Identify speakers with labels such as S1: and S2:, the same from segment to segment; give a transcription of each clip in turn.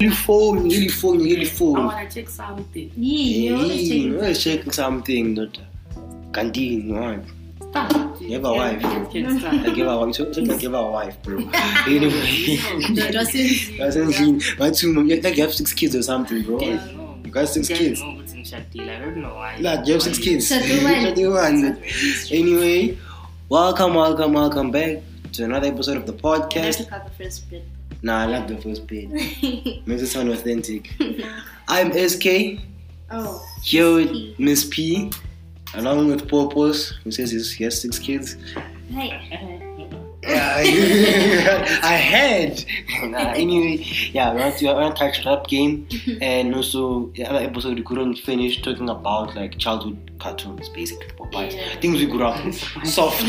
S1: Uniform, uniform,
S2: I
S1: uniform.
S2: want to check something.
S3: Yini
S1: Hey,
S3: uyocheka.
S1: I check something, not canteen, right?
S2: Stop.
S1: Give a wife.
S2: Yes, yes,
S1: I
S2: stop.
S1: give a wife. So so I give a wife, bro. Anyway,
S3: Dad wasendlini.
S1: I was thinking, my two, mom, you like you have six kids or something, bro.
S2: Yes,
S1: You
S2: no.
S1: got six
S2: Yes,
S1: kids.
S2: no, it's in Shakti. I don't know why.
S1: Like you have six kids.
S3: Shadowani.
S1: Shadowani. Anyway, welcome, welcome, welcome back to another episode of the podcast.
S3: Let's cut the first bit.
S1: Nah, I love the first bit. Makes it sound authentic. I'm SK,
S3: Oh.
S1: here
S3: P.
S1: with Miss P, along with Popos, who says he's, he has six kids.
S3: Hi.
S1: Yeah, I heard. Nah, anyway, yeah, we're on to we're on catch up game, and also the other episode we couldn't finish talking about like childhood cartoons, basically Popeyes,
S3: Yeah.
S1: things we grew up with, soft,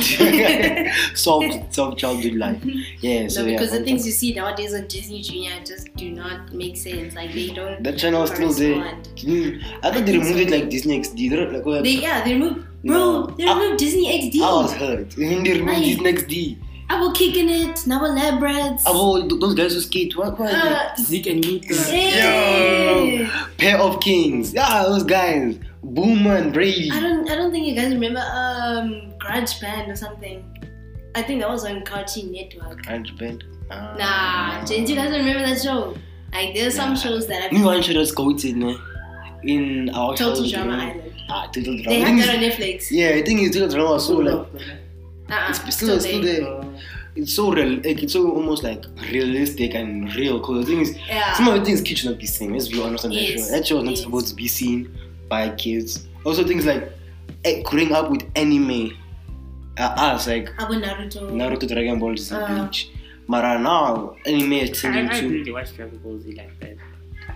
S1: soft, soft childhood life. Yeah, so
S3: no,
S1: yeah,
S3: because the
S1: on-
S3: things you see nowadays on Disney Junior just do not make sense. Like they don't.
S1: that channel is still there.
S3: correspond.
S1: Mm, I thought they removed it like Disney XD. They don't, like, what-
S3: They yeah they removed bro
S1: No. Ah.
S3: they removed Disney XD.
S1: I was hurt. When they removed
S3: Aye.
S1: his next D.
S3: I will kicking it. Now we're labrats.
S1: I will, those guys who skate, what was
S3: Uh,
S2: Zeke and Luka.
S3: hey.
S1: Pair of Kings. Yeah, those guys. Boomer and Brady.
S3: I don't I don't think you guys remember um Grudge Band or something. I think that was on Cartoon Network.
S1: Crunch Band. Ah.
S3: Nah, James, you guys don't remember that show? Like there's some shows that
S1: Me
S3: I've
S1: one should just go to in, in our
S3: Total
S1: childhood,
S3: Drama
S1: you know.
S3: Island.
S1: Ah, Total Drama.
S3: They
S1: Thing
S3: had
S1: is-
S3: that on Netflix.
S1: yeah, I think it's Total Drama was so like
S3: Uh-uh,
S1: it's still, still
S3: there.
S1: there. It's so real, like, it's so almost like realistic and real. Cause the thing is, Some
S3: Yeah.
S1: of the things kids should not be seen. Let's be honest on that
S3: Ah. Yes,
S1: show. That show was not
S3: yes.
S1: supposed to be seen by kids. Also, things like eh, growing up with anime, uh, us like
S3: Abu Naruto.
S1: Naruto, Dragon Ball is a
S3: Ah.
S1: bitch. Mara now anime is
S2: I,
S1: turning
S2: I
S1: to
S2: really watched Dragon Ball Z like that.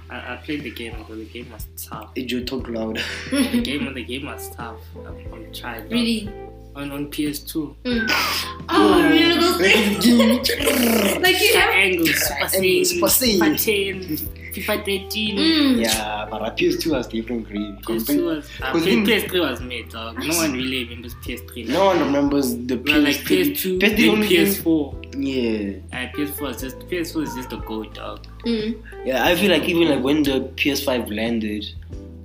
S2: I, I played the game, but the game was tough.
S1: Eh, Joe talk loud.
S2: The game, the game was tough. I'm, I'm trying. now.
S3: Really?
S2: On, on PS2.
S3: Mm. Oh, really? Those things. like you have.
S2: Angle, Super
S1: Angle,
S2: Saiyan,
S1: Super Saiyan.
S2: FIFA 10, FIFA 13.
S3: Mm.
S1: yeah, but our PS2 has different grade.
S2: PS2 was, uh,
S1: Because in-
S2: PS3 was made, dog. No one really remembers PS3.
S1: No one remembers the
S2: We were like
S1: PS2.
S2: PS2,
S1: PS3
S2: then
S1: only game-
S2: PS4.
S1: Yeah.
S2: And PS4 was just PS4 is just the gold, dog.
S3: Mm.
S1: Yeah, I feel like even like when the PS5 landed,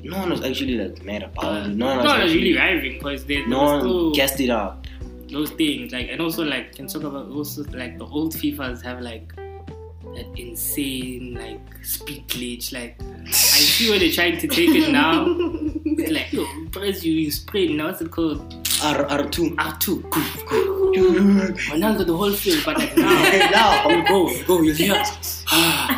S1: no one was actually like mad about it. Oh, No one was
S2: no,
S1: actually,
S2: really riving because they
S1: no one
S2: no still
S1: guessed it up.
S2: those things like and also like can talk about also like the old FIFAs have like that insane like speed glitch like I see where they're trying to take it now. It's like yo, you press you, you sprint. Now what's it called?
S1: R R two.
S2: R two. Goof, goof.
S1: now
S2: Ronaldo the whole field, but like now, you go, you go, you hear.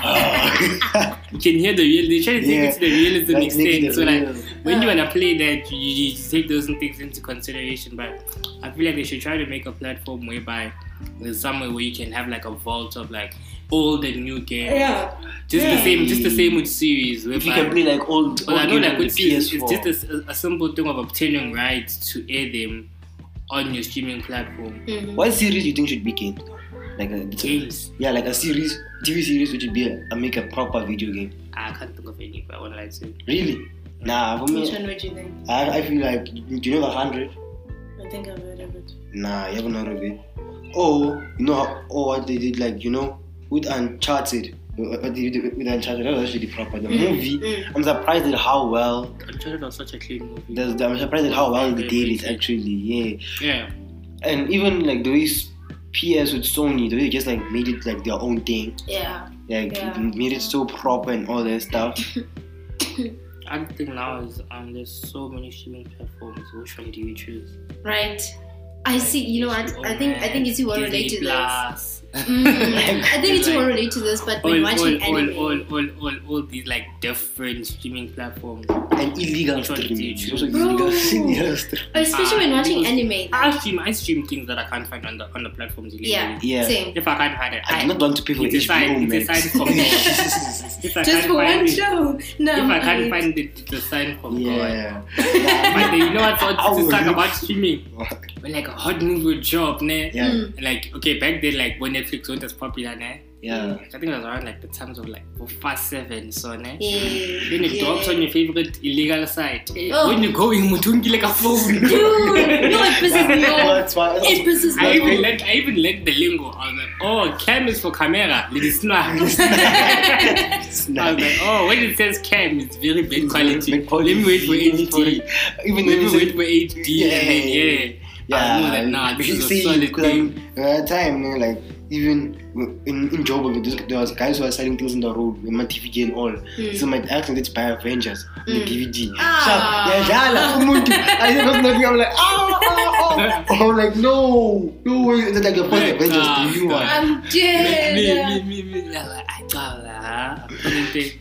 S2: you can hear the real. They try to take
S1: Yeah.
S2: it to the realism
S1: Like, make it
S2: extent. So like,
S1: real.
S2: when you wanna play that, you, you take those things into consideration. But I feel like they should try to make a platform whereby there's somewhere where you can have like a vault of like old and new games.
S3: Yeah.
S2: Just the
S3: Yeah.
S2: same, just the same with series.
S1: if
S2: Whereby,
S1: you can play like old, old
S2: but I know
S1: games
S2: like
S1: on
S2: with
S1: the
S2: series,
S1: PS4.
S2: it's just a, s- a simple thing of obtaining rights to air them on your streaming platform.
S3: Mm.
S1: what series do you think should be game? Like a,
S2: Games.
S1: yeah, like a series, TV series, which would be a, a make a proper video game.
S2: Ah, I can't think of any, but I won't lie to you.
S1: Really? Nah, for
S3: Which
S1: me,
S3: one would you think?
S1: I, I feel like do you know the hundred?
S3: I think I've heard of it.
S1: Nah, you haven't heard of it. Oh, you know how, oh, what they did, like, you know, with Uncharted. What they did with Uncharted, that was actually proper. The movie,
S3: Mm.
S1: I'm surprised at how well,
S2: Uncharted was such a clean movie.
S1: there's, I'm surprised at how well they did it actually, yeah.
S2: yeah.
S1: And even like the way s- PS with Sony, the way they just like made it like their own thing,
S3: Yeah.
S1: like
S3: Yeah.
S1: made it so proper and all that stuff.
S2: Other thing now is um, there's so many streaming platforms. Which one do you choose?
S3: Right. I see. You know what? I think I think it's you all relate to
S2: Disney
S3: this.
S2: Plus.
S3: Mm, I think it's
S2: Like,
S3: all relate to this, but when
S2: All,
S3: watching
S2: all, all,
S3: anime,
S2: all, all, all, all these like different streaming platforms.
S1: And illegal
S2: Which one did
S1: streaming.
S2: you
S1: It was like
S3: choose?
S1: illegal,
S3: Bro.
S1: illegal streaming.
S3: especially when
S2: Ah,
S3: watching
S2: because-
S3: anime.
S2: I stream, I stream things that I can't find on the on the platforms. illegally.
S3: Yeah,
S1: Yeah.
S3: same.
S2: If I can't find it,
S1: I do not want to pay for
S2: It's a side-
S1: HBO
S2: it's a
S1: Max.
S2: side comment. if I can't
S3: Just
S2: find
S3: for one
S2: it,
S3: show. No, Mm.
S2: If I can't
S3: mate.
S2: find it, it's a sign from God.
S1: yeah.
S2: But then, you know what's
S1: I
S2: what?
S1: will
S2: It's like
S1: look-
S2: about streaming. Like a hot movie job, ne?
S1: yeah.
S3: Mm.
S2: Like okay, back then, like when Netflix wasn't as popular, ne?
S1: Yeah.
S2: I think it was around like the times of like Bofa 7, so ne?
S3: Yeah.
S2: Then it
S3: yeah.
S2: drops on your favorite illegal site. Eh,
S3: Oh.
S2: When you go in, Mutungi like a phone.
S3: Dude, no, it pisses me off.
S1: That's why.
S3: It pisses
S2: I
S3: me
S2: even
S3: off.
S2: learned I even learned the lingo. I was like, oh, cam is for camera. It is not. I was like, oh, when it says cam, it's very bad quality.
S1: Bad quality.
S2: Let me wait for HD.
S1: Even
S2: Let
S1: if
S2: me
S1: you
S2: wait
S1: say-
S2: for HD.
S1: Yeah,
S2: and then,
S1: yeah, yeah.
S2: yeah. I know that now. This
S1: you
S2: is a
S1: see,
S2: solid
S1: because
S2: thing.
S1: at that time, you know, like even in, in Joburg, there- there was guys who were selling things on the road with my DVD and all.
S2: Hmm.
S1: So my ex needed to buy Avengers on the
S3: Mm.
S1: DVD.
S3: Ah.
S1: So yeah, yeah, umuntu. I just was nothing. I'm like, ah, ah, ah. I'm like, no, no way. It's like the first Avengers, the new one.
S3: I'm dead.
S2: me, me, me, me. I like, I got that. I'm feeling thing-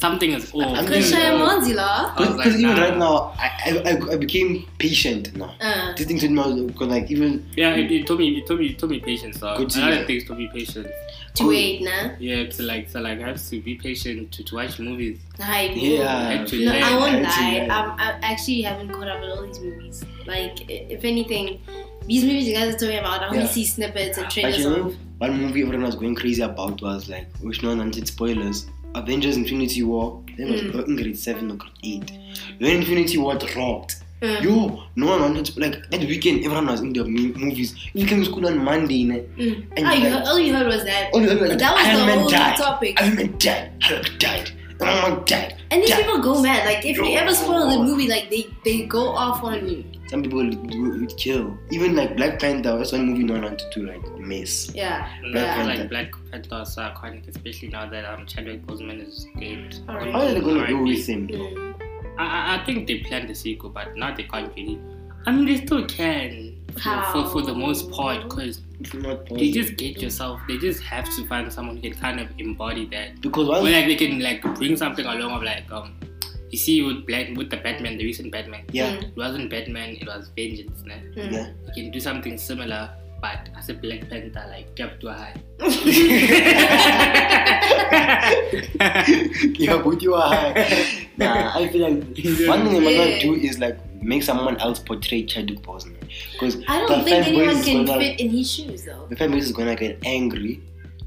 S2: Something is off.
S1: I'm
S3: Because
S1: gonna-
S3: I'm on Zila.
S2: I was like,
S1: Because even
S2: nah.
S1: right now, I, I- I, I became patient now.
S3: Uh,
S1: This thing to know because like even
S2: Yeah, it, it told me, it told me, it told me patience. So
S1: Good to
S2: another
S1: hear.
S2: thing told me patience.
S3: to wait, nah.
S2: Yeah, so like, so like, I have to be patient to, to watch movies.
S3: I know.
S1: yeah,
S2: Actually,
S3: No, I won't
S1: actually,
S3: lie.
S1: yeah.
S3: I'm, I actually haven't caught up with all these movies. Like, i- if anything, these movies you guys are talking about, I only
S1: Yeah.
S3: see snippets and
S1: But
S3: trailers.
S1: you know,
S3: of.
S1: one movie everyone was going crazy about was like, which no nonsense spoilers, Avengers Infinity War. Then
S3: Hmm.
S1: was in grade 7 or grade 8. When Infinity War dropped,
S3: Mm.
S1: yo, no one wanted to, like, that weekend everyone was in the mo- movies. We came to school on Monday, ne?
S3: Mm.
S1: and
S3: Ah, you
S1: like-
S3: heard- all you heard was that.
S1: All the other, like,
S3: That was
S1: Iron
S3: the
S1: Man
S3: whole
S1: died.
S3: topic.
S1: Iron Man died. Hulk died. Iron Man died.
S3: And these
S1: died.
S3: people go mad. Like, if you
S1: Yo.
S3: ever spoil the movie, like, they, they go off on you.
S1: Some people would, would kill. Even like Black Panther, that's one movie no one wanted to like miss.
S3: Yeah.
S2: And
S1: Black
S2: I feel
S1: Panther.
S2: like Black Panther is so iconic, especially now that um, Chadwick Boseman is dead.
S3: Alright.
S1: How are they gonna do
S2: R.I.P.
S1: with him?
S3: Mm.
S2: I, I- I think they planned the sequel, but now they can't really. I mean, they still can for, for, for the most part, because
S1: It's not possible.
S2: they just get yourself. They just have to find someone who can kind of embody that.
S1: Because
S2: Or
S1: once
S2: like they can like bring something along of like um, you see with Black with the Batman, the recent Batman.
S1: yeah,
S3: Mm.
S2: It wasn't Batman, it was Vengeance. Né?
S3: Mm.
S1: Yeah.
S2: You can do something similar, but as a Black Panther, like kept to high.
S1: yeah, but you are high. Nah, I feel like one thing I'm gonna
S3: Yeah.
S1: do is like make someone else portray Chadwick Boseman because
S3: I
S1: the
S3: don't think
S1: fanboys
S3: anyone
S1: is
S3: can
S1: gonna,
S3: fit in his shoes, though.
S1: The fanboys is gonna get angry,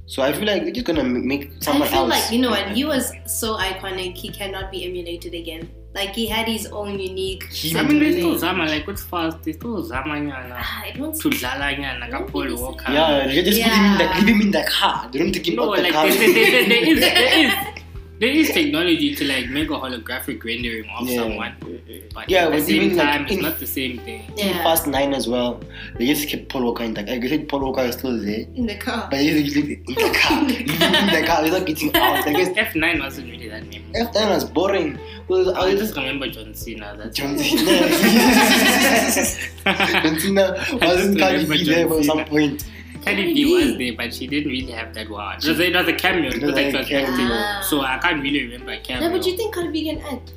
S1: so I feel like we're just gonna m- make someone
S3: I feel
S1: else.
S3: like you know what he was so iconic. He cannot be emulated again. Like he had his own unique.
S1: He-
S2: I mean, they still Zama, like, what's fast? They still Zama, nyana.
S3: Ah, it won't.
S2: To Lala, nyana, Kapol, Walker.
S1: Yeah, they just put him in like leave him in the car. They don't take him
S2: No,
S1: out the
S2: like,
S1: car.
S2: there, there, there, there, is, there, is, there is technology to, like, make a holographic rendering of
S1: Yeah.
S2: someone. But
S1: Yeah,
S2: at the
S1: but even,
S2: same
S1: like,
S2: time,
S1: in-
S2: it's not the same thing.
S1: In
S3: Yeah,
S1: Fast Nine as well, they just kept Paul Walker in the car. Like I said, Paul Walker is still there,
S3: in the car.
S1: but he's just leave him in the car. Leave him in the car. He's not getting out. Like it's-
S2: F9 wasn't really that name.
S1: F nine was boring. Because I
S2: I
S1: was
S2: just remember John Cena. That's
S1: John Cena.
S2: Cena.
S1: John Cena wasn't Cardi
S2: remember
S1: B there
S2: John
S1: for some
S2: Cena.
S1: point.
S2: Cardi B was there, but she didn't really have that wow. It was, it was a cameo. It
S1: It
S2: was
S1: was
S2: like
S1: a
S2: it was
S1: cameo.
S2: acting.
S3: Ah.
S2: So I can't really remember a cameo.
S3: No, but you think Cardi B can act?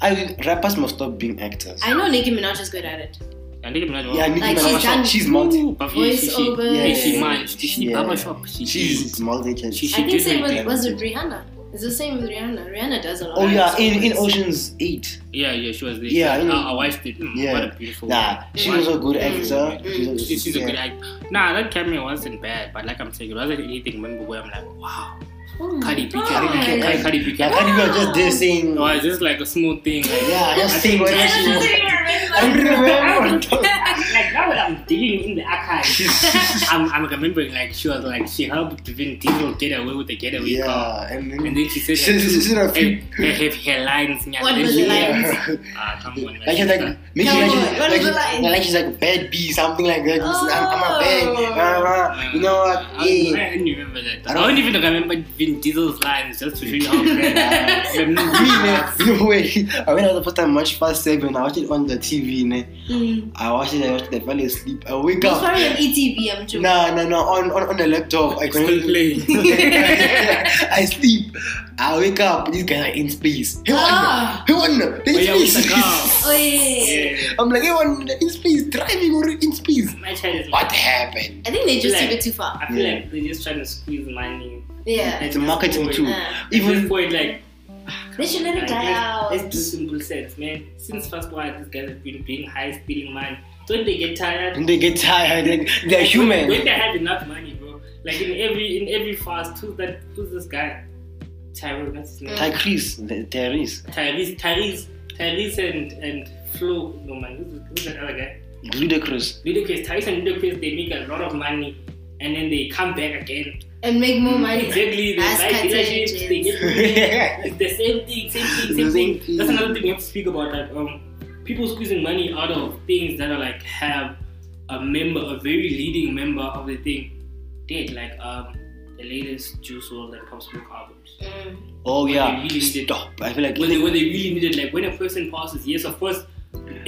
S1: I rappers must stop being actors.
S3: I know Nicki Minaj is good at it.
S2: I think I'm not
S1: yeah, Nicki
S3: Like, she's
S1: Minaj,
S3: done-
S1: she's multi.
S2: But she, she, she,
S3: Voiceover.
S2: yeah,
S1: Yeah.
S2: she managed. She, she
S1: Yeah.
S2: barber shop. She
S1: She's
S2: did.
S1: multi.
S2: She-
S3: I think
S2: did
S3: same
S2: make
S3: with was
S1: them.
S3: it Rihanna? It's the same with Rihanna. Rihanna does a lot.
S1: Oh
S3: of
S1: yeah, in, in
S3: songs.
S1: Ocean's Eight.
S2: Yeah, yeah, she was there.
S1: Yeah, I
S2: I,
S1: know.
S2: I, watched it. Mm,
S1: Yeah.
S2: What a beautiful.
S1: Nah, she was a good actor.
S3: Mm.
S2: She's, she's a good
S1: yeah.
S2: actor. Nah, that cameo wasn't bad, but like I'm saying, it wasn't anything memorable. where I'm like, wow,
S3: Oh my
S2: Cardi B,
S3: God.
S2: Cardi B, Cardi- Cardi B.
S1: Yeah, Cardi B was just there saying.
S2: Oh, it's just like a smooth thing. Like,
S1: Yeah,
S2: I
S1: just saying
S2: think
S1: what
S2: that
S1: she
S2: is-
S1: was. I
S3: I
S1: don't
S3: don't
S1: remember.
S2: like now that I'm digging in the archive, I'm, I'm remembering like she was like she helped Vin Diesel get away with the getaway
S1: Yeah,
S2: car,
S1: and
S2: and
S1: then
S2: then she said
S1: she she- she
S2: that
S1: should have.
S2: her, her, her, her lines. yeah,
S3: What
S2: then
S3: was
S2: she-
S3: the line?
S1: Yeah.
S2: Ah, come on,
S1: Like she's like, maybe
S3: Come
S1: like,
S3: on,
S1: she's,
S3: what
S1: like,
S3: is the
S1: she's-
S3: line?
S1: yeah, like she's like bad bee, something like that. She's like, I'm a bad, rah,
S3: Oh.
S1: rah. you know what?
S2: uh, I,
S1: Yeah.
S2: I don't remember that.
S1: I
S2: I
S1: don't-
S2: don't, even remember Vin Diesel's lines just to show you how bad. I am.
S1: Me, man, you know, when I went out the first time, much past seven. I watched it on the TV, man.
S3: Mm,
S1: I watched it, I watched it, I fell asleep. I wake
S3: It's
S1: up.
S3: probably on ETV. E I'm sure.
S1: No, no, no, on, on, on the laptop. I
S2: Still
S1: couldn't
S2: playing.
S1: I sleep. I wake up. These guys are in space. Hey,
S3: Ah.
S1: one, hey, one,
S2: Oh,
S1: they're
S2: yeah,
S1: in
S2: with the
S1: space.
S2: car.
S3: Oh yeah.
S2: Yeah.
S1: I'm like, hey, one, they're in space, driving already in space.
S2: My child is
S1: What happened?
S3: I think they just
S2: Like-
S3: took it too far.
S2: I feel
S1: Yeah.
S2: like they're just trying to squeeze money.
S3: Yeah.
S1: It's marketing
S2: Mm.
S1: too.
S3: Uh,
S2: Even
S1: Even
S2: this point, like,
S3: they should let it
S2: like,
S3: die out.
S2: let's, let's do simple sense, man. Since first one, these guys have been being high, stealing money. Don't they get tired?
S1: they get tired. Like, they're human.
S2: When they have enough money, bro, Like in every in every fast, who's that? Who's this guy? Tyrone, that's his name.
S1: Mm. Tyrese, the- Tyrese,
S2: Tyrese, Tyrese, Tyrese, and and Flo. No man, who's, who's that other guy?
S1: ludicrous.
S2: Ludacris, Tyrese and Ludacris, they make a lot of money, and then they come back again.
S3: and make more money.
S2: Exactly, they
S3: That's
S2: buy dealerships,
S3: contagious.
S2: they get it's the same thing, same thing,
S1: The
S2: same
S1: same
S2: thing.
S1: thing.
S2: That's another thing we have to speak about. Like, um, people squeezing money out of things that are like have a member, a very leading member of the thing, did like um the latest Juice World and Pop Smoke albums.
S3: Mm.
S1: Oh
S2: When
S1: yeah,
S2: they really did-
S1: stop. I feel like
S2: When they, when they really needed, like when a person passes, yes, of course,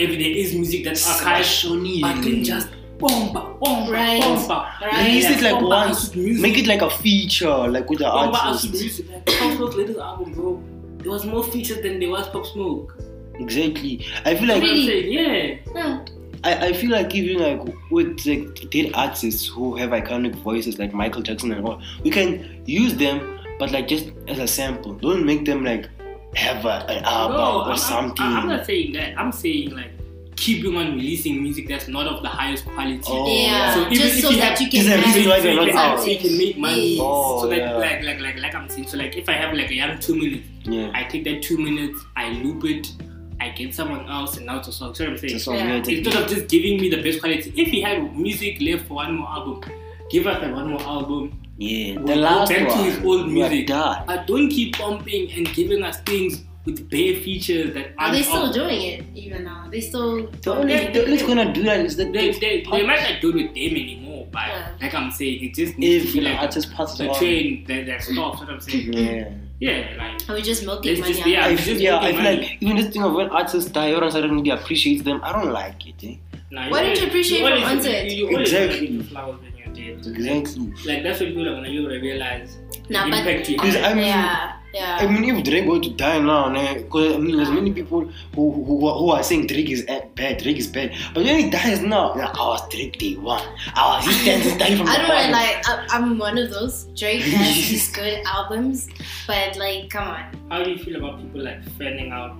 S2: if there is music that's archived,
S1: Smash on it.
S2: but then just bomba, bomba,
S3: Right.
S2: bomba.
S3: Right.
S1: Release it like
S2: bomba
S1: once.
S2: acid music.
S1: Make it like a feature, like with the
S2: Bomba acid
S1: artist.
S2: music. Like Pop Smoke's latest album, bro. There was more features than there was Pop Smoke.
S1: Exactly. I feel like
S2: That's what I'm
S3: Really?
S2: saying, yeah.
S3: Huh.
S1: I, I feel like even like with like dead artists who have iconic voices like Michael Jackson and all, we can use them, but like just as a sample. Don't make them like have a, an album
S2: no,
S1: or
S2: I'm,
S1: something.
S2: I'm, I'm not saying that. I'm saying like keeping on releasing music that's not of the highest quality.
S1: Oh,
S3: yeah,
S1: So
S2: even
S3: just
S2: if
S3: so
S2: you
S3: that
S2: have-
S3: you
S1: Is
S3: can
S1: there a
S3: have
S1: reason why they're
S2: So
S1: not
S2: you can-
S1: ours?
S2: so you can make money.
S3: Yes.
S1: Oh,
S2: so that
S1: yeah.
S2: like like like like I'm saying. So like if I have like a young two minutes,
S1: yeah,
S2: I take that two minutes, I loop it, I get someone else, and now it's a song. So I'm saying.
S1: just on
S3: Yeah.
S1: yeah.
S2: Instead of just giving me the best quality, if he had music left for one more album, give us that one more album,
S1: yeah.
S2: We'll
S1: The
S2: go
S1: last
S2: back to
S1: one.
S2: his old
S1: we are
S2: music.
S1: done.
S2: But don't keep pumping and giving us things with bare features that
S3: Are
S2: aren't
S3: they still
S2: up.
S3: doing it even now? They still.
S1: The only the only gonna do that is that
S2: They, they, they might not do it with them anymore, but
S3: Yeah.
S2: like I'm saying, it just needs
S1: if
S2: to
S1: the
S2: be like
S1: artist passes
S2: the
S1: on.
S2: train that, that stops. What I'm saying,
S1: Yeah.
S2: yeah, like
S3: Are we just milking
S2: Let's
S3: money?
S2: just-
S3: out?
S2: yeah.
S1: I
S2: we
S1: feel,
S2: just
S1: yeah, I
S2: making
S1: feel
S2: money.
S1: like even this thing of when artists die, everyone suddenly really appreciates them. I don't like it. Eh?
S2: nah,
S3: Why don't
S2: always-
S3: you appreciate
S2: always-
S3: from onset?
S2: You, you always
S1: Exactly.
S2: need the flowers when you're dead.
S1: Exactly.
S2: Like that's when people are gonna be able to realize
S3: Nah,
S2: the
S3: but-
S2: impact you
S1: Because
S2: had.
S1: I mean,
S3: yeah, yeah.
S1: I mean, if Drake were to die now, because I mean, there's many people who, who who are- who are saying Drake is eh, bad, Drake is bad, but when he dies now, like, I was Drake day one. I was he stands and dying from
S3: I
S1: the
S3: don't
S1: bottom.
S3: know, like I, I'm one of those. Drake has these good albums, but like, come on.
S2: How do you feel about people like fanning out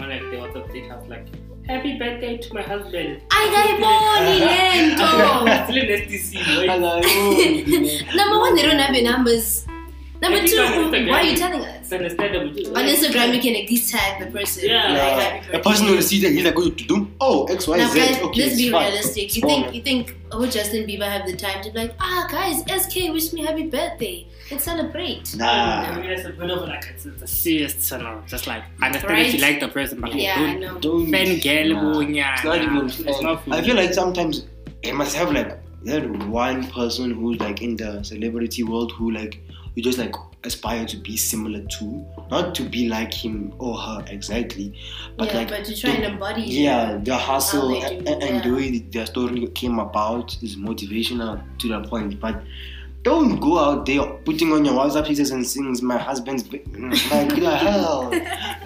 S2: on like the author they have like happy birthday to my husband?
S3: I die
S2: I'm
S3: more
S2: still in STC. right?
S1: Hello. yeah.
S3: Number one, they don't have your numbers. Number
S2: Maybe
S3: two,
S2: on Instagram.
S3: why are you telling us?
S2: It's understandable. just
S3: On
S2: like-
S3: Instagram, you can at least tag the person.
S2: Yeah.
S3: Like, happy
S1: The
S3: birthday.
S1: person will see that he's like going to do oh X Y
S3: Now,
S1: Z.
S3: guys,
S1: Okay,
S3: let's be
S1: it's fine.
S3: realistic. You
S1: It's
S3: think
S1: fine.
S3: you think oh Justin Bieber have the time to be like ah guys SK wish me happy birthday. Let's celebrate.
S1: Nah.
S2: I mean, that's a bit of like it's, it's a serious channel. Just like understand
S3: Right?
S2: if you like the person, but like,
S3: Yeah, I
S2: don't
S3: know.
S1: Don't.
S2: fan girl
S1: Nah.
S2: nah.
S1: It's not even
S2: It's not for
S1: I
S2: me.
S1: feel like sometimes it must have like that one person who's like in the celebrity world who like you just like aspire to be similar to, not to be like him or her exactly, but
S3: yeah,
S1: like
S3: but you try and embody.
S1: yeah, the hustle
S3: How they
S1: and,
S3: do,
S1: and the
S3: yeah.
S1: way that their story came about is motivational to that point, but. Don't go out there putting on your WhatsApp pieces and sings my husband's b-" like the hell,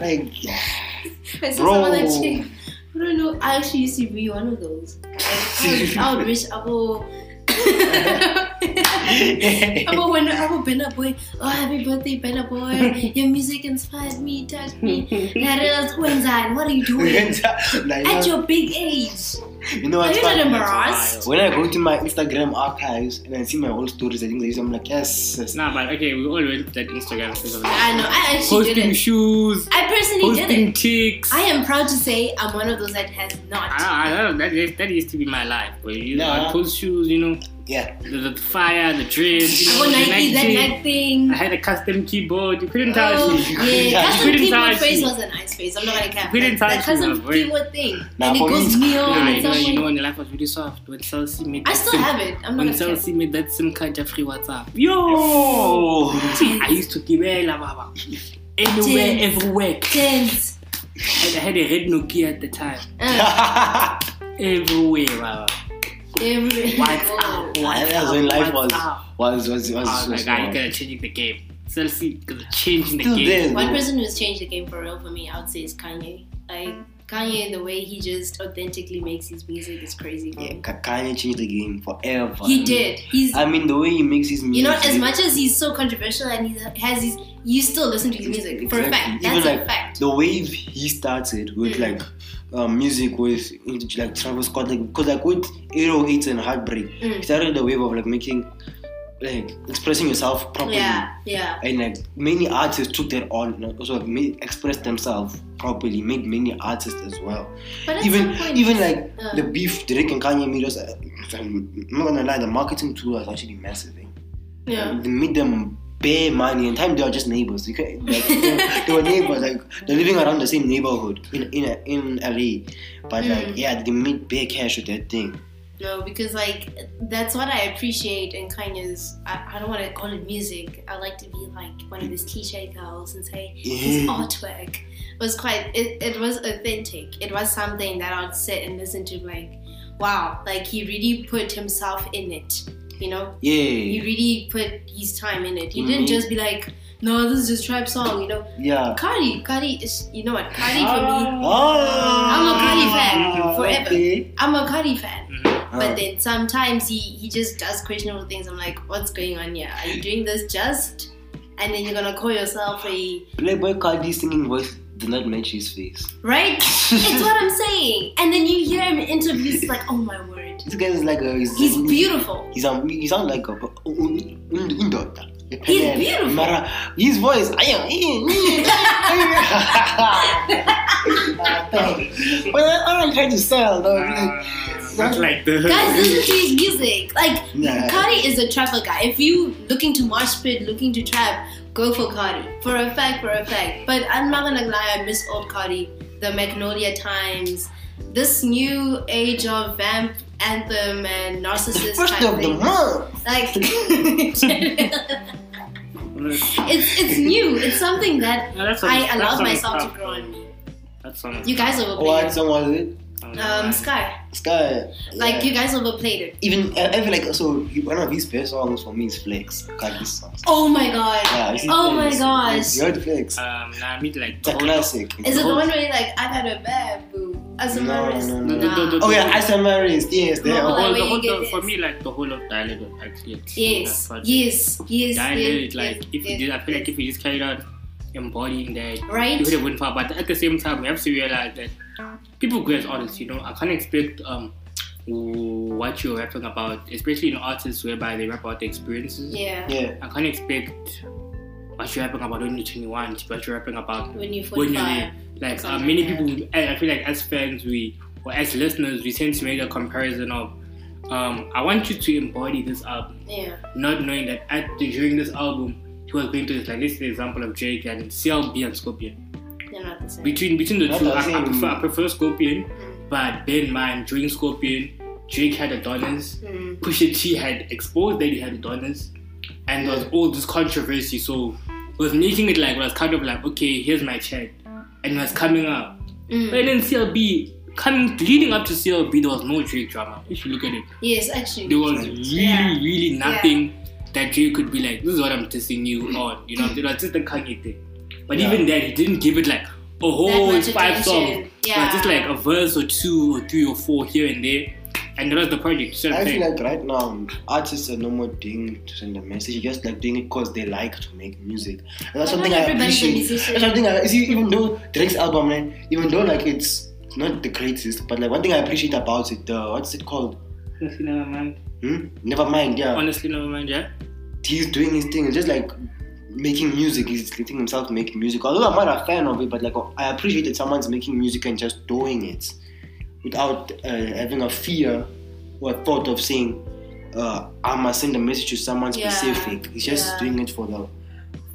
S1: like
S3: I saw
S1: Bro.
S3: someone that chick. I don't know. I actually used to be one of those. Like, I, would, I would wish I will. I will when I will Bella Boy. Oh, happy birthday, Bella Boy! Your music inspired me, touched me. Narels Wenzan, what are you doing
S1: Like,
S3: at your big age?
S1: you know
S3: Are
S1: what's
S3: you not
S1: funny?
S3: embarrassed?
S1: When I go to my Instagram archives and I see my old stories, I think these, I'm like, yes, yes.
S2: Nah, but okay, we all went to that Instagram thing of like
S3: I know. I actually
S2: posting
S3: did it.
S2: shoes,
S3: Ah, I personally did
S2: posting
S3: it.
S2: chicks. Ah,
S3: I am proud to say I'm one of those that has not.
S2: I, I, I don't know, that, is- that used to be my life. But you know,
S1: Nah.
S2: I post shoes, you know,
S1: yeah.
S2: the, the fire, the dreads, you
S3: I
S2: know,
S3: wore
S2: the
S3: Nike that
S2: Nike.
S3: Nike thing.
S2: I had a custom keyboard. You couldn't touch
S3: Oh,
S2: me.
S3: yeah, custom
S2: Couldn't
S3: keyboard
S2: touch
S3: face
S2: me.
S3: was a nice face. I'm not gonna cap.
S2: Couldn't
S3: That-
S2: touch
S3: that
S2: me,
S3: custom
S2: bro.
S3: keyboard thing,
S1: Nah,
S3: and it
S1: for me,
S3: goes
S1: it's-
S3: me on.
S2: Nah, you
S3: and
S2: know,
S3: stuff
S2: you know,
S3: like-
S2: when the life was really soft, when Celsi made
S3: I
S2: that
S3: still
S2: sim-
S3: have it.
S2: when
S3: I'm not gonna cap.
S2: Celsi made that SIM card, Jeffrey, what's up? Yo!
S1: Oh.
S2: I used to give la baba. Anywhere,
S3: Jeez.
S2: everywhere.
S3: Tens.
S2: And I had a red Nokia at the time.
S3: Uh,
S2: Everywhere, baba.
S3: every-
S2: What's
S3: Oh.
S2: up? What's
S1: That's
S2: up?
S1: when life was
S2: What's up?
S1: was was was,
S2: Oh
S1: was,
S2: my
S1: was
S2: god, you gotta change the game. Celsi gotta change the
S1: Still
S2: game.
S1: there.
S3: One person who's changed the game for real for me, I would say, is Kanye. Like Kanye, the way he just authentically makes his music is crazy. for
S1: yeah,
S3: me.
S1: Ka- Kanye changed the game forever.
S3: He did. He's
S1: I mean, the way he makes his
S3: you
S1: music.
S3: know as much as he's so controversial and he has his you still listen to his music for a fact.
S1: Exactly.
S3: That's
S1: Even
S3: a
S1: like
S3: fact.
S1: the wave he started with
S3: Mm.
S1: like um, music with like Travis Scott, like because like with Aero Hits oh and Heartbreak,
S3: Mm.
S1: he started the wave of like making like expressing yourself properly.
S3: Yeah, yeah.
S1: And like many artists took that on and also made, expressed themselves properly, made many artists as well.
S3: But at
S1: even
S3: some point,
S1: even like
S3: uh,
S1: the beef Drake and Kanye made us uh, I'm not gonna lie, the marketing tool was actually massive. eh?
S3: yeah.
S1: They made them bare money and time they were just neighbors. You can, like, they, were, they were neighbors, like they're living around the same neighborhood in in, in LA. But
S3: Mm.
S1: like yeah, they made bare cash with that thing.
S3: No, because like that's what I appreciate in Kanye's. I, I don't want to call it music. I like to be like one of his cliche girls and say his
S1: Yeah.
S3: artwork was quite. It, it was authentic. It was something that I'd sit and listen to. Like, wow, like he really put himself in it. You know, he
S1: Yeah.
S3: really put his time in it. He didn't
S1: Mhm.
S3: just be like, no, this is just trap song. You know,
S1: Yeah.
S3: Cardi, Cardi is. You know what, Cardi for me.
S1: Ah. Oh. I'm
S3: a Cardi fan forever.
S1: Ah, Okay.
S3: I'm a Cardi fan.
S1: Uh,
S3: But then sometimes he, he just does questionable things. I'm like, what's going on here? Are you doing this just? And then you're gonna call yourself a
S1: Playboy Cardi's singing voice did not match his face.
S3: right? it's what I'm saying. And then you hear him in interviews like, oh my word,
S1: This guy is like a.
S3: he's beautiful.
S1: He's a, he sounds like a un- un- undotta.
S3: He's beautiful.
S1: Mara, his voice. I am. well, all I'm trying to sell though. like,
S2: Uh, Not like the.
S3: Guys, listen to his music. Like
S1: Nah.
S3: Cardi is a trapper guy. If you looking to march pit, looking to trap, go for Cardi. For a fact, for a fact. But I'm not gonna lie, I miss old Cardi, the Magnolia Times, this new age of vamp anthem and narcissist
S1: First
S3: type
S1: of the
S3: thing.
S1: month.
S3: Like it's it's new. It's something that
S2: No, Uh, that's what-
S3: I
S2: that's
S3: allowed
S2: what it's
S3: myself
S2: up.
S3: to grow on me.
S2: That's on
S3: You guys
S1: What
S3: overplayed
S1: song was it?
S2: on-
S3: it. Um, Sky.
S1: Sky.
S3: Like you guys overplayed it.
S1: Even I, I feel like also one of his best songs for me is Flex. Cardi's songs.
S3: Oh my god.
S1: Yeah, it's his
S3: Oh my
S1: Flex.
S3: gosh.
S1: It's your Flex.
S2: Um, nah, I mean like
S1: It's a classic.
S3: Is it the one where you're like, I got a bad boo? As a
S1: No,
S3: wrist?
S1: no,
S2: no, no, no, no.
S1: Oh yeah, Asamaris. Yes, they
S2: the
S1: are.
S3: No, like
S2: whole,
S3: where
S2: the
S3: you
S2: whole,
S3: get
S2: the, for
S3: this.
S2: me, like the whole of dialect was actually a key
S3: Yes,
S2: project.
S3: yes, yes, yes,
S2: Dialect, like
S3: yes,
S2: if you
S3: yes,
S2: did, I feel like
S3: yes.
S2: if you just carried out embodying that,
S3: Right?
S2: you would have went far. But at the same time, we have to realize that people grow as artists. You know, I can't expect um what you're rapping about, especially in artists whereby they rap about their experiences.
S3: Yeah.
S1: Yeah.
S2: I can't expect what you're rapping about when you're 21, what you're rapping about
S3: When you're
S2: when
S3: 45.
S2: you're like uh,
S3: Something
S2: many
S3: like
S2: people I, I feel like as fans we or as listeners we tend to make a comparison of um, I want you to embody this album
S3: yeah.
S2: not knowing that at during this album he was going to like let's say the example of Drake and CLB and Scorpion
S3: They're not the same.
S2: between between the
S1: That's
S2: two
S1: what I'm
S2: I, I
S1: saying.
S2: prefer I prefer Scorpion
S3: Mm.
S2: but bear in mind during Scorpion Drake had Adonis
S3: Mm.
S2: Pusha T had exposed that he had Adonis, and there was all this controversy. So it was making it like it was kind of like, okay, here's my check, and it was coming up.
S3: Mm.
S2: But then CLB coming leading up to CLB, there was no Drake drama. If you look at it,
S3: Yes, actually.
S2: there was really,
S3: Yeah.
S2: really nothing that Drake could be like, this is what I'm testing you on. You know, it was just the Kanye thing. But
S1: Yeah.
S2: even then, he didn't give it like a
S3: That
S2: whole
S3: much
S2: five songs.
S3: attention.
S2: It was
S3: Yeah.
S2: just like a verse or two or three or four here and there, and that was the project. So
S1: I feel like right now artists are no more doing it to send a message. They're just like doing it because they like to make music. And that's
S3: But not
S1: something I
S3: everybody's a
S1: appreciate.
S3: musician.
S1: That's something I see. Even though Drake's album, man, even though like it's not the greatest, but like one thing I appreciate about it, uh, what's it called?
S2: never mind.
S1: Hmm? Never mind. Yeah,
S2: Honestly, never mind. Yeah.
S1: he's doing his thing. It's just like making music. He's letting himself make music. Although I'm not a fan of it, but like I appreciate that someone's making music and just doing it without uh, having a fear or a thought of saying, uh, "I must send a message to someone
S3: Yeah,
S1: specific." He's just
S3: yeah.
S1: doing it for the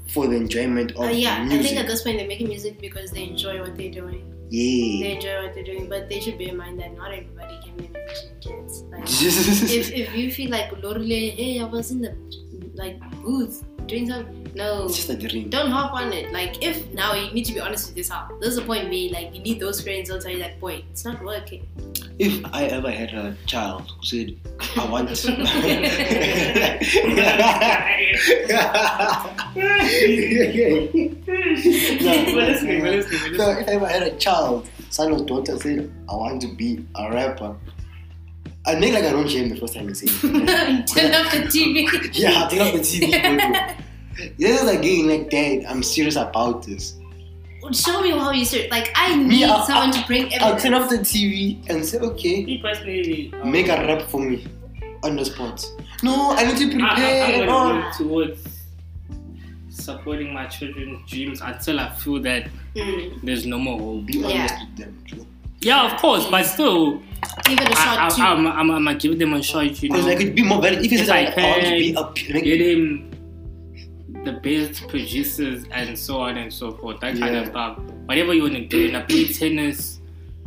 S1: for the enjoyment of
S3: Uh, yeah,
S1: the
S3: I think
S1: music.
S3: at this point they're making music because they enjoy what they're doing. They
S1: yeah.
S3: enjoy what they're doing, but they should bear in mind that not everybody can be a musician, kids. Like, if,
S1: Just-
S3: if you feel like, Lorule, hey, I was in the like booth doing something, no.
S1: it's just a dream.
S3: don't hop on it. Like if now you need to be honest with yourself. There's a point where like you need those friends who'll tell you that boy, it's not working.
S1: If I ever had a child who said, "I want,"
S2: We're listening, we're listening, we're
S1: So
S2: listening.
S1: if I ever had a child, son or daughter said, I want to be a rapper, I'd make like I don't hear him the first time he said it.
S3: Turn off the TV.
S1: Yeah, I'll take off the TV. bro. this is again like dad, I'm serious about this.
S3: Show me how you search. Like I need
S1: I-
S3: someone to bring
S1: I'll turn
S3: everything.
S1: off the TV and say, okay,
S2: Me personally, um,
S1: make a rap for me. on the spot. No, I need to
S2: Ah,
S1: Oh. prepare
S2: I,
S1: and
S2: I, I'm
S1: all.
S2: gonna work towards supporting my children's dreams until I feel that
S3: Mm.
S2: there's no more hope.
S1: Be honest
S3: Yeah.
S1: with them, Joe.
S2: Yeah, of course, but still,
S3: Give it a
S2: I,
S3: shot
S2: I,
S3: too.
S2: I'm, I'm, I'm gonna give them a shot. You know,
S1: Because I could be more valid if you
S2: If
S1: said I,
S2: I
S1: I want to be
S2: can
S1: a p- like,
S2: get him the best producers and so on and so forth. That kind of
S1: Yeah.
S2: stuff. Whatever you want to do, and I play tennis,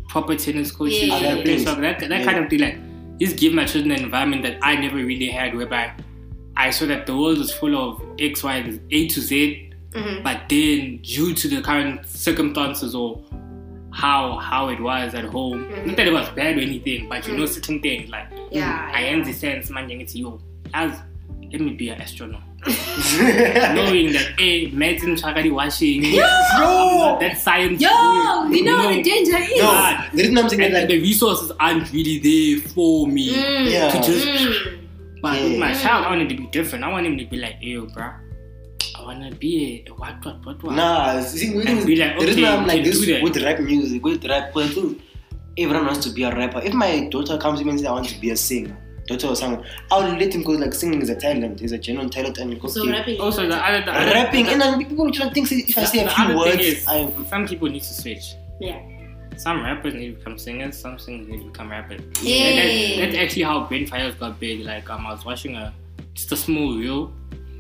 S2: proper tennis coaches,
S3: Yeah.
S2: you know,
S1: Other
S2: play
S1: things.
S2: soccer, that, that
S1: Yeah.
S2: kind of thing. Like, just give my children an environment that I never really had, whereby I saw that the world was full of X, Y, and A to Z
S3: Mhm.
S2: but then due to the current circumstances or how how it was at home,
S3: Mhm.
S2: not that it was bad or anything, but you know
S3: Mhm.
S2: certain things like mm,
S3: Yeah,
S2: I
S3: yeah.
S2: understand man it's you as let me be an astronaut.
S1: no,
S2: Knowing that eh, hey medicine chakari washing
S1: no,
S2: that science
S3: Yo,
S2: we-
S3: you know
S2: we
S3: what the danger is.
S1: no. The reason I'm saying
S2: and
S1: that, like,
S2: the resources aren't really there for me.
S3: Mm.
S1: Yeah.
S2: To just
S3: Mm.
S2: But
S1: Yeah.
S2: with my
S3: Mm.
S2: child I want it to be different. I want him to be like, yo bruh, I wanna be a, a what what what what
S1: nah. See, the
S2: And
S1: reason-
S2: be like,
S1: the reason
S2: okay,
S1: I'm like
S2: you can
S1: this
S2: do that.
S1: with rap music, with rap, but I think everyone wants to be a rapper. If my daughter comes to me and says I want to be a singer, daughter or singer, I'll let him go. Like singing is a talent, is a genuine talent, and you go.
S3: So
S1: okay.
S3: rapping.
S2: Also the other the other-
S1: Rapping
S2: the-
S1: and then people don't think if I
S2: The-
S1: say a
S2: the
S1: few
S2: other thing
S1: words,
S2: is-
S1: I'm
S2: Some people need to switch.
S3: Yeah.
S2: Some rappers need to become singers, some singers need to become rappers. And
S3: Yay.
S2: that- that's actually how Brent Fires got big. Like um, I was watching a just a small reel,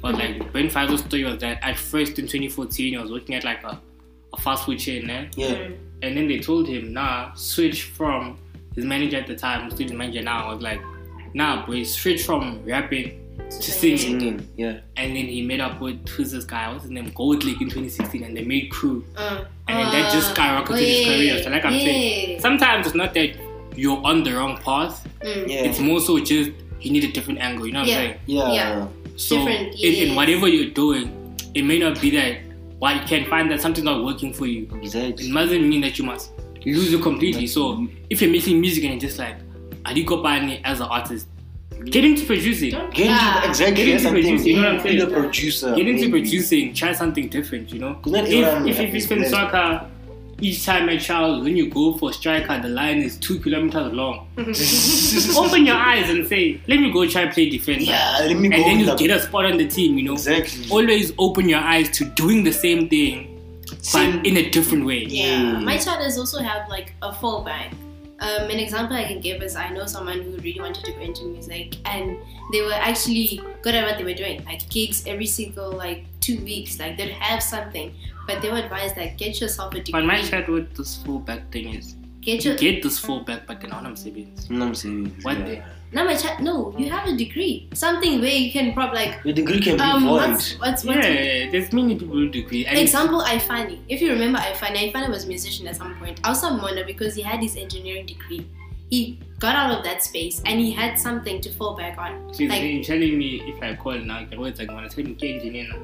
S2: but like Brent Fires' story was that at first in 2014 he was working at like a, a fast food chain, eh?
S1: yeah.
S3: Mm.
S2: and then they told him nah switch from his manager at the time, student manager now was like nah boy switch from rapping to singing,
S1: Singing, yeah.
S2: and then he made up with who's this guy what's his name Gold League in 2016 and they made Crew.
S3: Uh,
S2: And then that just
S3: Ah,
S2: skyrocketed his career. So like I'm saying, sometimes it's not that you're on the wrong path.
S3: Mm.
S1: Yeah.
S2: It's more so just you need a different angle. You know what
S3: Yeah.
S2: I'm saying?
S1: yeah.
S3: Yeah.
S2: So
S3: Different,
S2: in,
S3: yes.
S2: in whatever you're doing, it may not be that. Why you can find that something's not working for you. It
S1: Exactly.
S2: doesn't mean that you must lose it completely. So if you're making music and you're just like Adiko Pani as an artist, get into producing.
S3: Don't-
S1: Get
S3: Yeah.
S1: into exactly
S2: Get
S1: that's
S2: into
S1: the thing.
S2: producing, you know what I'm
S1: Be the
S2: saying?
S1: producer.
S2: Get into
S1: maybe.
S2: producing, try something different, you know?
S1: Because not
S2: if,
S1: everyone
S2: if, if you
S1: is
S2: spend
S1: blessed.
S2: soccer each time a child when you go for striker the line is two kilometers long open your eyes and say let me go try play defense
S1: yeah, let me
S2: and
S1: go.
S2: then
S1: with
S2: you
S1: the-
S2: get a spot on the team you know
S1: exactly.
S2: always open your eyes to doing the same thing
S1: Same-
S2: but in a different way
S3: Yeah. My child is also have like a fallback. Um, an example I can give is I know someone who really wanted to go into music and they were actually good at what they were doing, like gigs every single like two weeks, like they'd have something. But they were advised that get yourself a
S2: but my
S3: degree.
S2: chat with this fullback thing is
S3: Get
S2: you
S3: your
S2: get this fullback but then on I'm savings
S1: No, I'm saying.
S2: What
S1: yeah.
S2: the-
S3: no my child no, you have a degree. Something where you can probably like
S1: Your degree can be
S3: um
S1: void.
S3: what's what's what's
S2: yeah there's many people who degree and
S3: Example, Ifani. If you remember Ifani, Ifani was a musician at some point. Also Mona because he had his engineering degree. He got out of that space and he had something to fall back on.
S2: she's
S3: like-
S2: been telling me if I call now what's like when I tell me "Ke engineer now?"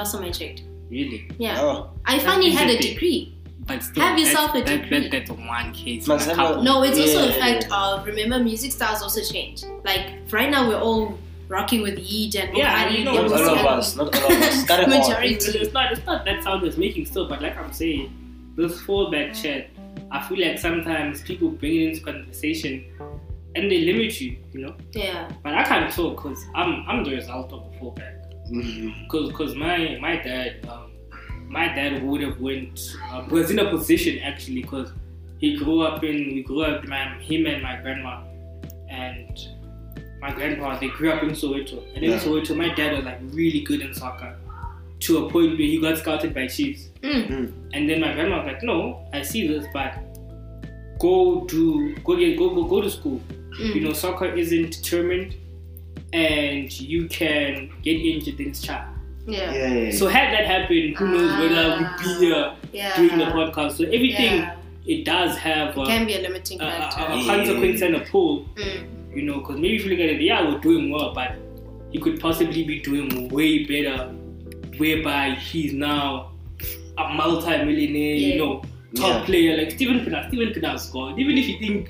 S3: Last time I checked.
S2: really
S3: Yeah.
S1: Oh,
S3: Ifani had a
S2: interesting.
S3: degree.
S2: But still,
S3: Have yourself
S2: that's,
S3: a
S2: that,
S3: degree.
S2: that, that's one case.
S1: Must
S2: a
S1: have a-
S2: couple.
S3: No, it's also a
S1: Yeah.
S3: fact of remember music styles also change. Like right now we're all rocking with Eid and
S2: Yeah,
S3: Bukhari,
S2: you know,
S1: not
S3: and
S2: it's
S1: all of
S3: Muslim.
S1: us. Not all of us. Got it all.
S3: Majority.
S2: it's, it's not it's not that sound is making still, but like I'm saying, this fallback chat, I feel like sometimes people bring it into conversation and they limit you, you know.
S3: Yeah.
S2: But I can't talk because I'm I'm the result of a fallback.
S1: Mhm.
S2: Because cause my my dad um, my dad would have went um, was in a position actually because he grew up in we grew up my, him and my grandma and my grandpa they grew up in Soweto and in
S1: Yeah.
S2: Soweto my dad was like really good in soccer to a point where he got scouted by Chiefs
S3: Mm.
S2: and then my grandma was like no I see this but go do go get go go go to school you
S3: Mm.
S2: know soccer isn't determined and you can get injured in this child
S3: Yeah.
S1: Yeah. yeah.
S2: so had that happened who knows whether
S3: Ah.
S2: we'd be uh,
S3: Yeah.
S2: doing the podcast so everything
S3: Yeah.
S2: it does have uh,
S3: It can be a limiting
S2: a, a,
S3: factor.
S2: a
S1: Yeah.
S2: consequence and a pull,
S3: Mm.
S2: you know, because maybe if you look at it, yeah, we're doing well, but he could possibly be doing way better, whereby he's now a multi-millionaire,
S3: Yeah.
S2: you know, top
S1: Yeah.
S2: player like Steven Pina. Steven Pina scored. Even if you think,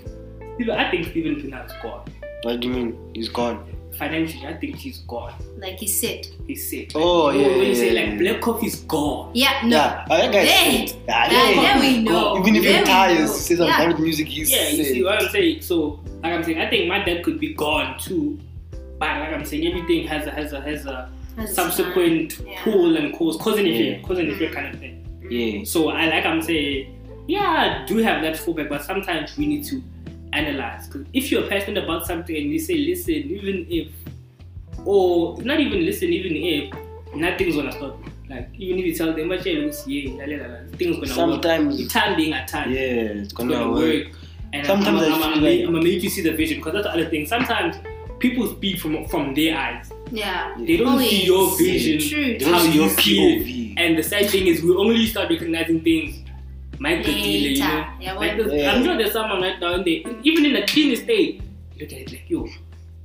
S2: Steven- I think Steven Pina scored.
S1: what do you mean? He's gone.
S2: Financially, I think he's gone.
S3: Like he said.
S2: He's sick.
S1: Oh,
S2: you know,
S1: yeah,
S2: When you say
S1: yeah,
S2: like
S1: yeah.
S2: Black Coffee's gone.
S3: Yeah, no.
S1: Yeah. Oh, that guy's
S3: Hey.
S1: sick. Ah,
S3: Yeah,
S1: yeah.
S3: there we know.
S1: Even if
S3: There
S1: you're
S3: we
S1: tired,
S3: know.
S1: you say some
S3: Yeah.
S1: music. He's
S2: Yeah, you
S1: sick.
S2: see what I'm saying. So, like I'm saying, I think my dad could be gone too, But like I'm saying, everything has a has a has a
S3: That's
S2: subsequent
S3: Yeah.
S2: pull and cause, cause and effect,
S1: Yeah.
S2: cause and effect kind of thing.
S1: Yeah.
S2: So I like I'm saying, yeah, I do have that fullback, but sometimes we need to analyze. Because if you're passionate about something and you say, listen, even if, or not even listen, even if, nothing's gonna stop. me." Like even if you tell them, but yeah, looks yeah, la, la, la, la, things gonna work.
S1: Sometimes.
S2: Your time being at time,
S1: Yeah, it's
S2: it's gonna
S1: gonna work.
S2: work. And
S1: Sometimes I
S2: I'm, I'm,
S1: feel
S2: I'm,
S1: like-
S2: I'm gonna make you see the vision because that's the other thing. Sometimes people speak from from their eyes.
S3: Yeah.
S2: They don't see your
S3: Always.
S2: vision.
S3: True.
S2: How
S1: This is
S2: you
S1: your
S2: see
S1: POV.
S2: And the sad thing is, we only start recognizing things micro delay, you know.
S3: Later. Yeah,
S2: Like
S3: when-
S2: there's-
S1: Yeah.
S2: I'm sure there's someone right now in the even in the cleanest state, you look at it like yo,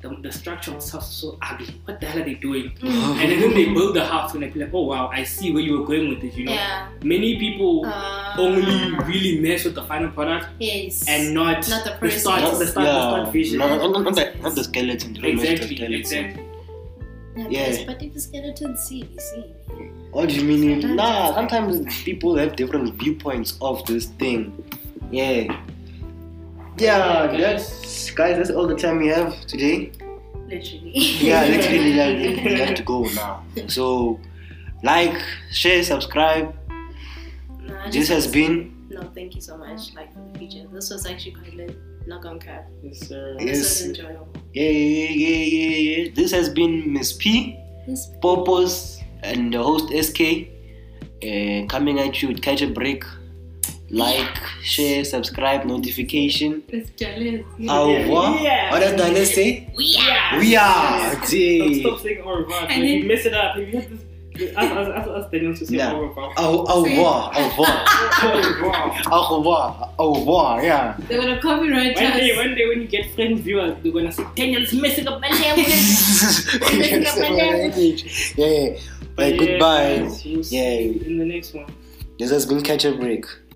S2: the, the structure of stuff is so ugly. What the hell are they doing?
S3: Mm.
S2: And then when they build the house and they be like, oh wow, I see where you were going with this, you know.
S3: Yeah.
S2: Many people
S3: Uh,
S2: only really mess with the final product
S3: Yes.
S2: and not,
S3: Not the
S2: the start,
S1: Not-
S2: the start, the start vision.
S1: No, no, no, not, the, not the skeleton. the rest of the
S2: Exactly,
S1: skeleton.
S2: exactly.
S3: Yeah,
S1: Yeah.
S3: because- But if it's gonna turn C, you see.
S1: What do you mean?
S3: Sometimes-
S1: Nah, sometimes people have different viewpoints of this thing. Yeah. Yeah, that's guys. That's all the time we have today.
S3: Literally.
S1: Yeah, literally, like, we have to go now. So, like, share, subscribe.
S3: Nah,
S1: This has been
S3: No, thank you so much. Like for the feature. This was actually quite lit. Not gonna cap.
S2: Yes, sir.
S1: Yeah.
S3: This
S1: Yes.
S3: was enjoyable.
S1: yeah, yeah, yeah, yeah, yeah. This has been Miss P,
S3: This
S1: Popos, and the host SK. Uh, coming at you with catch a break. Like, share, subscribe, notification.
S3: is jealous.
S1: Au revoir.
S2: Yeah.
S1: Oh, What does Daniel say?
S3: We
S1: We are.
S2: Don't
S1: Gee.
S2: stop saying au revoir.
S3: And
S2: you
S3: then-
S2: mess it up. You have to ask, ask, ask, ask Daniel to say
S1: Yeah.
S2: au revoir.
S1: Au, au revoir. Au revoir.
S2: au revoir.
S1: Au revoir. Au revoir. Yeah.
S3: They're gonna copyright
S2: One day,
S3: us.
S2: one day when you get friend viewers, they're gonna say, Daniel's messing up my language.
S1: yeah. Like,
S2: But yeah,
S1: goodbye.
S2: guys, we'll see
S1: Yeah.
S2: you in the next one.
S1: This has been Catch a Break.